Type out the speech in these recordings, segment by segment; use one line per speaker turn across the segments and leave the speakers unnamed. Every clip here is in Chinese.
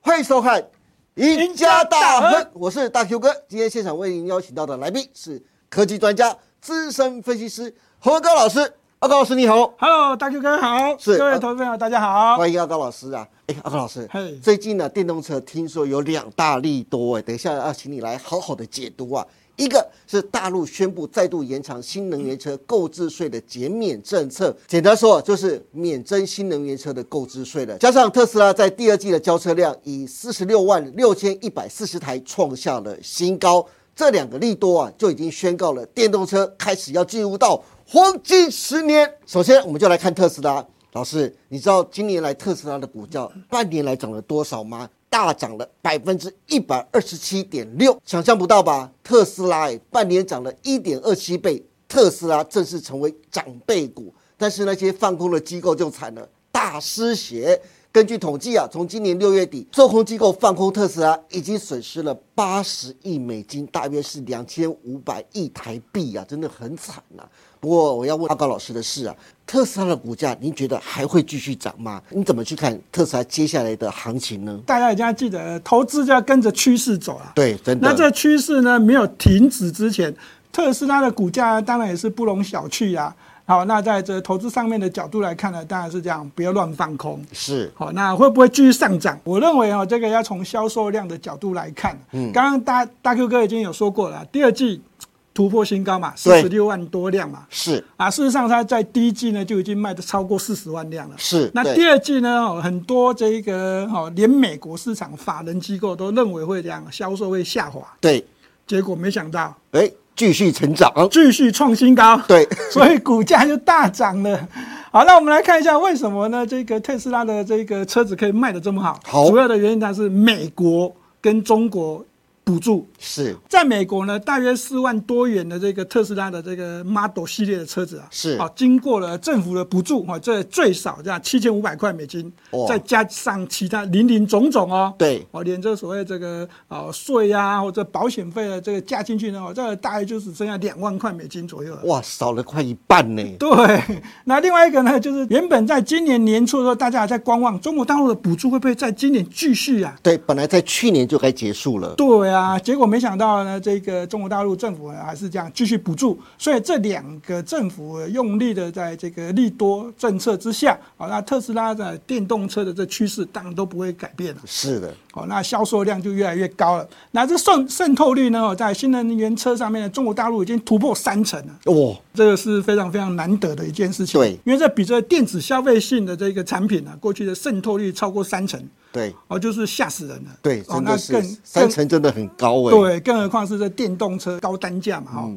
欢迎收看《赢家大亨》，我是大 Q 哥。今天现场为您邀请到的来宾是科技专家、资深分析师洪文高老师。阿高老师，你好。
Hello，大 Q 哥好，
是
各
呃
位投资朋友大家好。
欢迎阿高老师啊！哎、阿高老师
嘿，
最近呢、电动车听说有两大利多哎、等一下要请你来好好的解读啊。一个是大陆宣布再度延长新能源车购置税的减免政策，简单说就是免征新能源车的购置税了。加上特斯拉在第二季的交车量以四十六万六千一百四十台创下了新高，这两个利多啊就已经宣告了电动车开始要进入到黄金十年。首先，我们就来看特斯拉。老师，你知道今年来特斯拉的股价半年来涨了多少吗？大涨了百分之一百二十七点六，想象不到吧？特斯拉哎，半年涨了一点二七倍，特斯拉正式成为长辈股。但是那些放空的机构就惨了，大失血。根据统计啊，从今年六月底，做空机构放空特斯拉已经损失了八十亿美金，大约是两千五百亿台币啊，真的很惨呐、不过我要问阿高老师的是啊，特斯拉的股价您觉得还会继续涨吗？你怎么去看特斯拉接下来的行情呢？
大家一定要记得，投资就要跟着趋势走啊。
对，真的。
那这趋势呢没有停止之前，特斯拉的股价当然也是不容小觑啊。好，那在这投资上面的角度来看呢，当然是这样，不要乱放空。
是
好，那会不会继续上涨？我认为哦，这个要从销售量的角度来看。嗯，刚刚大大 Q 哥已经有说过了，第二季突破新高嘛，四
对
十六万多辆嘛。
是
啊，事实上它在第一季呢就已经卖的超过四十万辆了。
是，
那
对
第二季呢，哦很多这个哦，连美国市场法人机构都认为会这样，销售会下滑，
对，
结果没想到
哎，继续成长，
继续创新高，
对，
所以股价就大涨了。好，那我们来看一下为什么呢？这个特斯拉的这个车子可以卖得这么好，
好
主要的原因它是美国跟中国补助。
是
在美国呢，大约四万多元的这个特斯拉的这个 Model 系列的车子啊，
是
好、经过了政府的补助，哦，这最少这样七千五百块美金
哇，
再加上其他零零总总哦，
对
哦，连这所谓这个哦税啊或者保险费的这个加进去呢，哦，这大约就只剩下两万块美金左右了。
哇，少了快一半呢。
对，那另外一个呢，就是原本在今年年初的时候，大家还在观望中国大陆的补助会不会在今年继续啊？
对，本来在去年就该结束了。
对啊，结果没想到呢，这个中国大陆政府呢还是这样继续补助，所以这两个政府用力的在这个利多政策之下，好，那特斯拉的电动车的这趋势当然都不会改变了，
是的，
好，那销售量就越来越高了。那这渗渗透率呢，哦在新能源车上面呢，中国大陆已经突破三成了。
哇，
这个是非常非常难得的一件事情。
对
因为这比这电子消费性的这个产品啊，过去的渗透率超过三成，
对
哦，就是吓死人了。
对，
哦，
真
那
的是
更
三
更
成真的很高哎。，
对，更何况是这电动车高单价嘛，哈、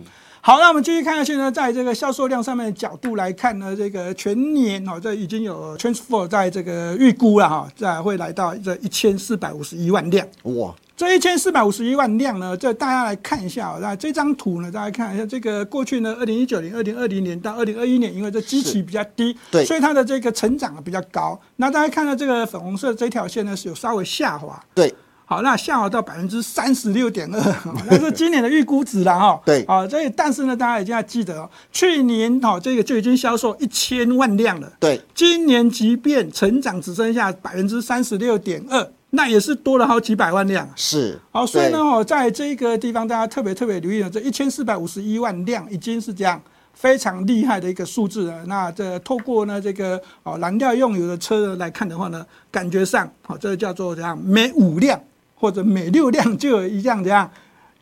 好，那我们继续看下去呢，在这个销售量上面的角度来看呢，这个全年哦，这已经有 Transfer 在这个预估了哈，在会来到这一千四百五十一万辆。
哇，
这一千四百五十一万辆呢，这大家来看一下、哦，那这张图呢，大家看一下这个过去呢，二零一九年、二零二零年到二零二一年，因为这基期比较低，
对
所以它的这个成长比较高。那大家看到这个粉红色这条线呢，是有稍微下滑。
对，
好，那下滑到百分之三十六点二， 那是今年的预估值了哈。
对
啊、这也但是呢，大家一定要记得哦，去年哦，这个就已经销售一千万辆了。
对，
今年即便成长只剩下百分之三十六点二，那也是多了好几百万辆啊。
是。
好，所以呢，
对，
哦，在这个地方大家特别特别留意了，这一千四百五十一万辆已经是这样。非常厉害的一个数字了。那这透过呢这个哦燃料用油的车来看的话呢，感觉上哦这叫做怎样，每五辆或者每六辆就有一辆怎样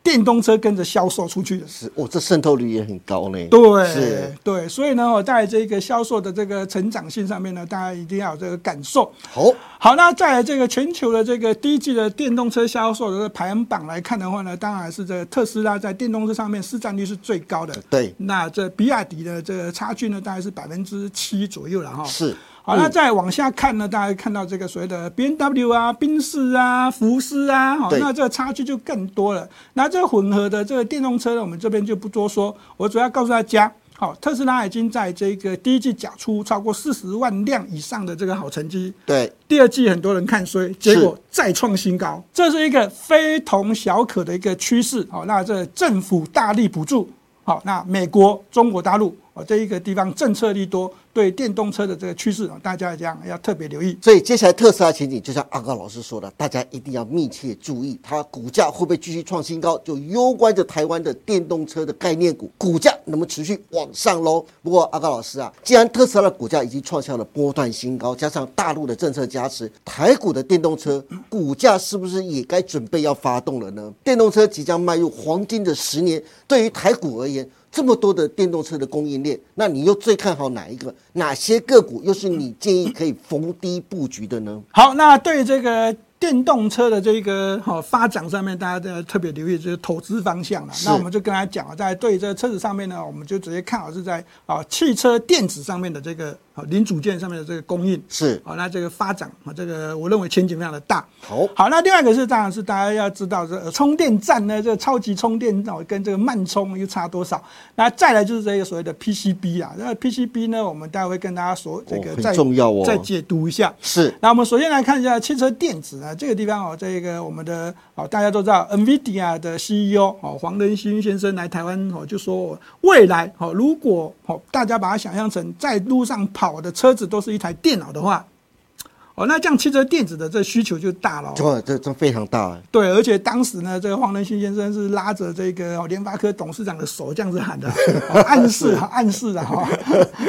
电动车跟着销售出去的。
是哦，这渗透率也很高呢。
对
是
对，所以呢，我在这个销售的这个成长性上面呢，大家一定要有这个感受。
好，
好，那在这个全球的这个第一季的电动车销售的排行榜来看的话呢，当然是这个特斯拉在电动车上面市占率是最高的。
对
那这比亚迪的这个差距呢，大概是百分之七左右了哈。
是
好，那再往下看呢，大家看到这个所谓的 B N W 啊、宾士啊、福斯啊，好，
对
那这个差距就更多了。那这个混合的这个电动车呢，我们这边就不多说，我主要告诉大家。好，特斯拉已经在这个第一季缴出超过四十万辆以上的这个好成绩，
对，
第二季很多人看衰，结果再创新高，这是一个非同小可的一个趋势。好，那这政府大力补助，好，那美国、中国大陆哦，这一个地方政策利多，对电动车的这个趋势啊，大家这样要特别留意。
所以接下来特斯拉前景，就像阿高老师说的，大家一定要密切注意，它股价会不会继续创新高，就攸关着台湾的电动车的概念股股价能不能持续往上喽。不过阿高老师啊，既然特斯拉的股价已经创下了波段新高，加上大陆的政策加持，台股的电动车股价是不是也该准备要发动了呢？电动车即将迈入黄金的十年，对于台股而言。这么多的电动车的供应链，那你又最看好哪一个？哪些个股又是你建议可以逢低布局的呢？
好，那对这个电动车的这个哈、哦、发展上面，大家都要特别留意，就是投资方向了。
是
那我们就跟大家讲啊了，在对这个车子上面呢，我们就直接看好是在啊、汽车电子上面的这个啊、零组件上面的这个供应。
是
好、那这个发展啊，这个我认为前景非常的大。
好
好，那另外一个是，当然是大家要知道，这个呃充电站呢，这个超级充电哦，跟这个慢充又差多少？那再来就是这个所谓的 PCB 啊，那 PCB 呢，我们待会会跟大家所这个
哦很
再、
重要哦
再解读一下。
是
那我们首先来看一下汽车电子啊，这个地方哦，这个我们的哦，大家都知道，NVIDIA 的 CEO 哦，黄仁勋先生来台湾哦，就说未来哦，如果哦，大家把它想象成在路上跑的车子都是一台电脑的话，哦，那这样汽车电子的这需求就大了、哦。
这这这非常大、啊
对，而且当时呢，这个黄仁勋先生是拉着这个哦联发科董事长的手这样子喊的，哦暗示啊，暗示啊，哈，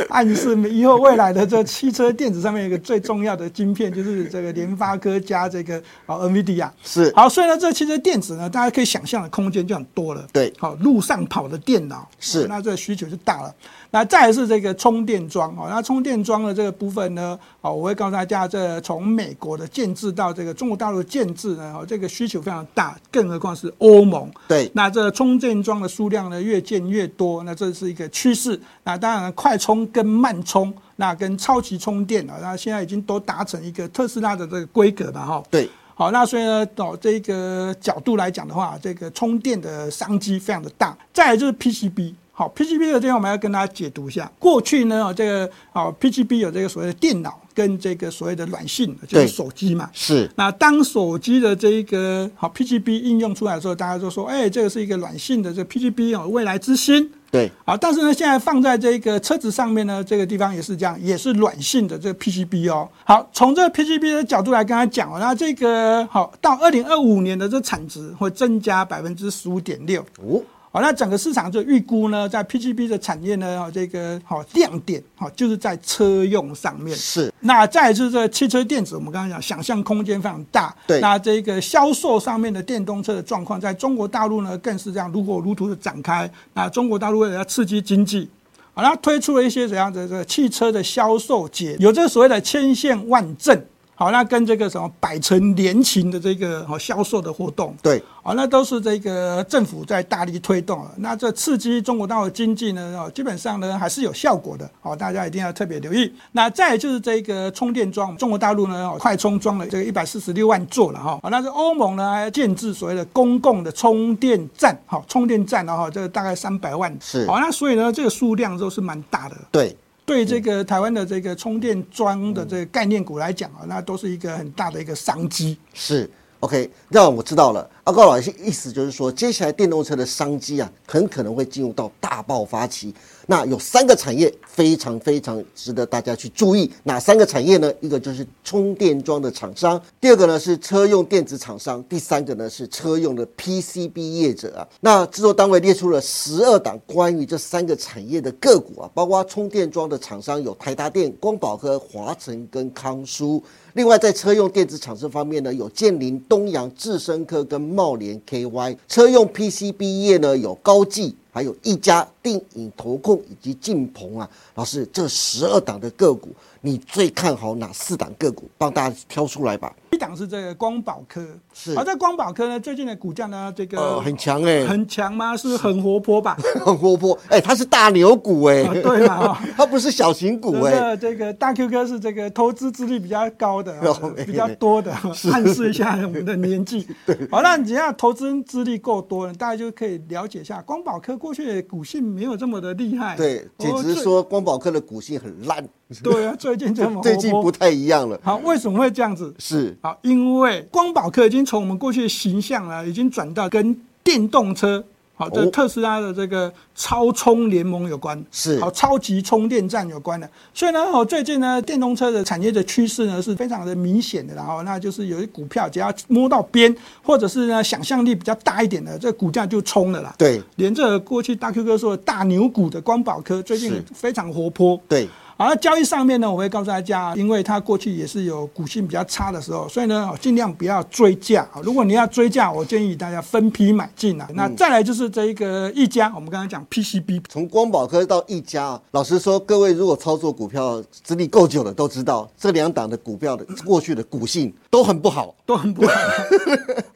暗示以后未来的这汽车电子上面有一个最重要的晶片就是这个联发科加这个哦 NVIDIA。
是
好，所以呢，这汽车电子呢，大家可以想象的空间就很多了。
对
好、路上跑的电脑哦
是
那这个需求就大了。那再来是这个充电桩哦，那充电桩的这个部分呢，哦，我会告诉大家，这从美国的建制到这个中国大陆的建制呢，哦，这个需求非常大，更何况是欧盟。
对
那这充电桩的数量呢越建越多，那这是一个趋势。那当然，快充跟慢充，那跟超级充电啊，那现在已经都达成一个特斯拉的这个规格了哈、
对，
好，那所以呢，哦，这个角度来讲的话，这个充电的商机非常的大。再来就是 PCB。好，PCB 的这边我们要跟大家解读一下。过去呢，哦这个哦 PCB 有这个所谓的电脑跟这个所谓的软性，就是
对
手机嘛。
是
那当手机的这一个好 PGB 应用出来的时候，大家就说，哎、这个是一个软性的这个 PGB 哦，未来之星。
对，
好，但是呢，现在放在这个车子上面呢，这个地方也是这样，也是软性的这个 PCB 哦。好，从这个 PCB 的角度来跟他讲哦，那这个好到二零二五年的这产值会增加百分之十五点六。
哦，
好，那整个市场就预估呢，在 PGB 的产业呢，哦，这个好、亮点好、就是在车用上面。
是
那再来就是这个汽车电子，我们刚刚讲，想象空间非常大。
对
那这个销售上面的电动车的状况，在中国大陆呢，更是这样如火如荼的展开。那中国大陆为了要刺激经济，好，那推出了一些怎样的这个汽车的销售节，有这个所谓的千线万阵。好，那跟这个什么百城联勤的这个哦销售的活动，
对，
哦，那都是这个政府在大力推动了。那这刺激中国大陆经济呢，哦，基本上呢还是有效果的。哦，大家一定要特别留意。那再来就是这个充电桩，中国大陆呢、哦、快充装了这个一百四十六万座了哈、哦。那是欧盟呢还建制所谓的公共的充电站，好、充电站然后、哦、这个大概三百万。
是
好、那所以呢这个数量都是蛮大的。
对，
对这个台湾的这个充电桩的这个概念股来讲啊、哦，那都是一个很大的一个商机。
是 OK，让我知道了。阿高老师意思就是说，接下来电动车的商机啊，很可能会进入到大爆发期。那有三个产业非常非常值得大家去注意，哪三个产业呢？一个就是充电桩的厂商，第二个呢是车用电子厂商，第三个呢是车用的 PCB 业者啊。那制作单位列出了十二档关于这三个产业的个股啊，包括充电桩的厂商有台达电、光宝科、华晨跟康舒。另外，在车用电子厂商方面呢，有建林、东阳、智深科跟茂联 KY；车用 PCB 业呢，有高技，还有一家定影投控以及晋鹏啊。老师，这十二档的个股，你最看好哪四档个股？帮大家挑出来吧。
一档是这个光宝科，
是
而、在光宝科呢，最近的股价呢，这个、
呃，很强哎、
很强吗？是很活泼 吧？
很活泼哎、它是大牛股哎、
啊对嘛哈
它不是小型股哎、
的，这个大 Q 哥是这个投资资历比较 高的
哦，
呃
没
比较多 的，暗示一下我们的年纪。好，那你只要投资资历够多，大家就可以了解一下光宝科过去的股性没有这么的厉害，
对，简
哦
直说光宝科的股性很烂，
最对啊，最近这么活
最近不
泼。
太一样了。
好，为什么会这样子？
是
好，啊因为光宝科已经从我们过去的形象呢，已经转到跟电动车好，这
哦
特斯拉的这个超充联盟有关，
是
好超级充电站有关的。所以呢，哦，最近呢，电动车的产业的趋势呢是非常的明显的啦，然后那就是有些股票只要摸到边，或者是呢想象力比较大一点的，这股价就冲了啦。
对
连这过去大 Q 哥说的大牛股的光宝科，最近
是
非常活泼。
对，
好，那交易上面呢，我会告诉大家，因为它过去也是有股性比较差的时候，所以呢，哦尽量不要追价。啊如果你要追价，我建议大家分批买进啊。那再来就是这一个一家，我们刚才讲 PCB
从光宝科到一家啊，老实说，各位如果操作股票资历够久了，都知道这两档的股票的过去的股性都很不好。
都很不好。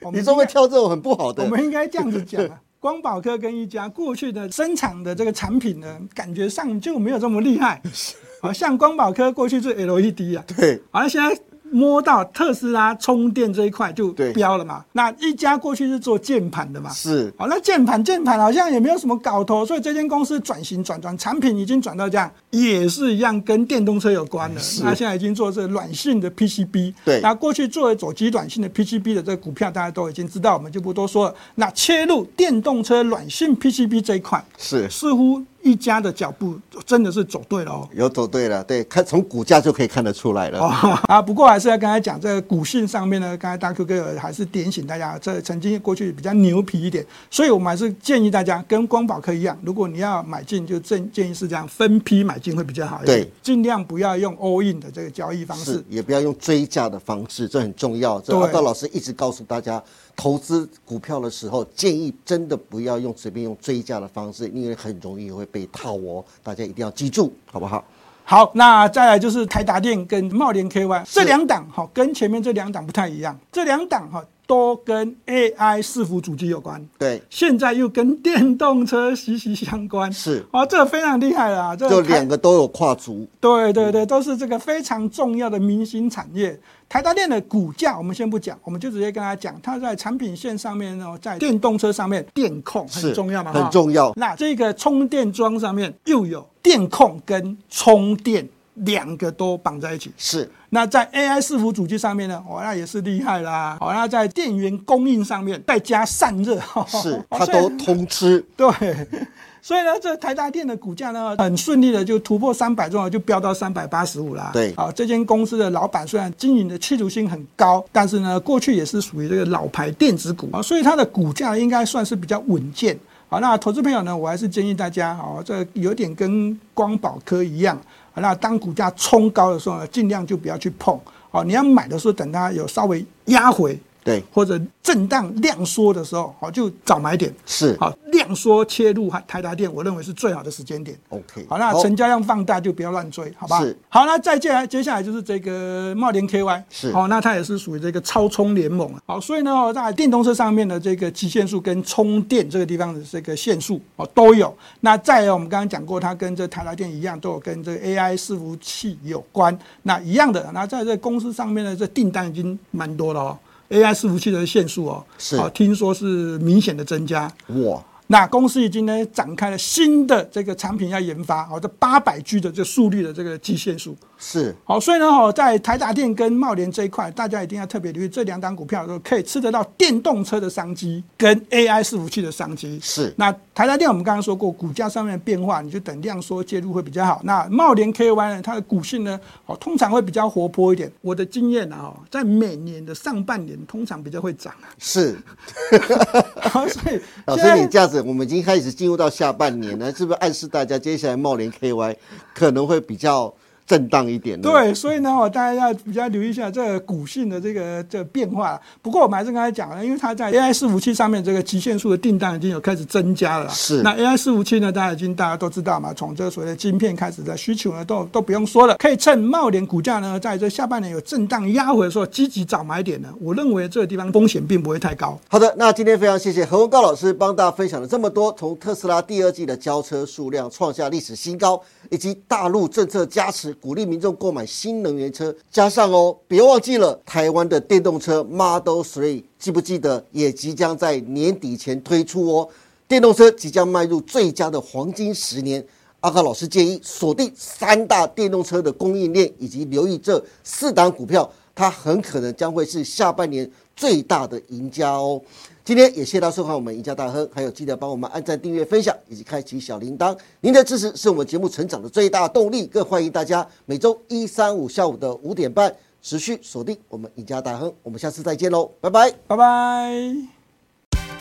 我
你
们
怎么会挑这种很不好
我
的？
们应该这样子讲啊。光宝科跟一家过去的生产的这个产品呢，感觉上就没有这么厉害。好像光宝科过去是 LED 啊，
对
好像现在摸到特斯拉充电这一块就
对
标了嘛。那一家过去是做键盘的嘛，
是，
好，那键盘键盘好像也没有什么搞头，所以这间公司转型转转产品已经转到这样，也是一样跟电动车有关的。那现在已经做这软性的 PCB，
对
那过去做手机软性的 PCB 的这个股票大家都已经知道，我们就不多说了。那切入电动车软性 PCB 这一块，
是
似乎一家的脚步真的是走对了哦。
有走对了，对，看从股价就可以看得出来了。
哦 啊，不过还是要刚才讲这个股性上面呢，刚才大 Q 哥有还是点醒大家，这曾经过去比较牛皮一点，所以我们还是建议大家跟光宝科一样，如果你要买进，就建建议是这样分批买进会比较好一点，
对，
尽量不要用 all in 的这个交易方式
是。，也不要用追价的方式，这很重要。这
对
阿道老师一直告诉大家，投资股票的时候，建议真的不要用随便用追价的方式，因为很容易会被套哦。大家一定要记住，好不好？
好，那再来就是台达电跟茂联 KY 这两档，好、跟前面这两档不太一样，这两档哈、都跟 AI 伺服主机有关。
对，
现在又跟电动车息息相关，
是
啊、这非常厉害了啊！这
就
台
两个都有跨足，
对对
嗯
对，都是这个非常重要的明星产业。台达电的股价我们先不讲，我们就直接跟大家讲，它在产品线上面呢，在电动车上面电控很
是
重要嘛，哈
很重要。
那这个充电桩上面又有电控跟充电两个都绑在一起。
是
那在 AI 伺服主机上面呢，哦，那也是厉害啦。哦，那在电源供应上面，再加散热，，
是它
哦所以
都通吃。
对，所以呢，这台达电的股价呢，很顺利的就突破三百重要，就飙到三百八十五啦。
对
好、这间公司的老板虽然经营的企图心很高，但是呢，过去也是属于这个老牌电子股啊，所以它的股价应该算是比较稳健。好，那投资朋友呢，我还是建议大家，哦，这有点跟光宝科一样，好那当股价冲高的时候呢，尽量就不要去碰。好，你要买的时候，等它有稍微压回
对，
或者震荡量缩的时候，好就早买点。
是
好，量缩切入台台达电，我认为是最好的时间点。
OK。
好，那成交量放大就不要乱追，好吧？
是。
好，那再接下来接下来就是这个茂联 KY，
是
好、那它也是属于这个超充联盟啊。好，所以呢，哦在电动车上面的这个极限数跟充电这个地方的这个限速哦都有。那再有我们刚刚讲过，它跟这台达电一样，都有跟这个 AI 伺服器有关。那一样的，那在这个公司上面呢，这订单已经蛮多了哦。AI 伺服器的限速哦，
是
哦，听说是明显的增加。
哇，
那公司已经呢展开了新的这个产品要研发，好、这八百 G 的这速率的这个极限数，
是
好、所以呢，哦，在台达电跟茂联这一块，大家一定要特别留意这两档股票，都可以吃得到电动车的商机跟 AI 伺服器的商机。
是
那台达电我们刚刚说过，股价上面的变化，你就等量缩介入会比较好。那茂联 KY 呢，它的股性呢，哦，通常会比较活泼一点。我的经验啊，哦，在每年的上半年通常比较会涨，
是。
好所以
老
现
师，
在
啊你这样子，我们已经开始进入到下半年了，是不是暗示大家接下来茂联 KY 可能会比较震荡一点呢？，
对，所以呢，我大家要比较留意一下这个股性的这个这个变化。不过我们还是刚才讲了，因为它在 AI 伺服器上面这个极限数的订单已经有开始增加了啦。
是
那 AI 伺服器呢，大家已经大家都知道嘛，从这个所谓的晶片开始的需求呢，都都不用说了，可以趁茂联股价呢在这下半年有震荡压回的时候，积极找买点呢。我认为这个地方风险并不会太高。
好的，那今天非常谢谢何文高老师帮大家分享了这么多，从特斯拉第二季的交车数量创下历史新高，以及大陆政策加持鼓励民众购买新能源车，加上哦，别忘记了台湾的电动车 Model Three，记不记得也即将在年底前推出哦？电动车即将迈入最佳的黄金十年。阿高老师建议锁定三大电动车的供应链，以及留意这四档股票，它很可能将会是下半年最大的赢家哦。今天也谢谢大家收看我们赢家大亨，还有记得帮我们按赞、订阅、分享以及开启小铃铛。您的支持是我们节目成长的最大动力，更欢迎大家每周一、三、五下午的五点半持续锁定我们赢家大亨。我们下次再见喽，拜拜。
拜拜。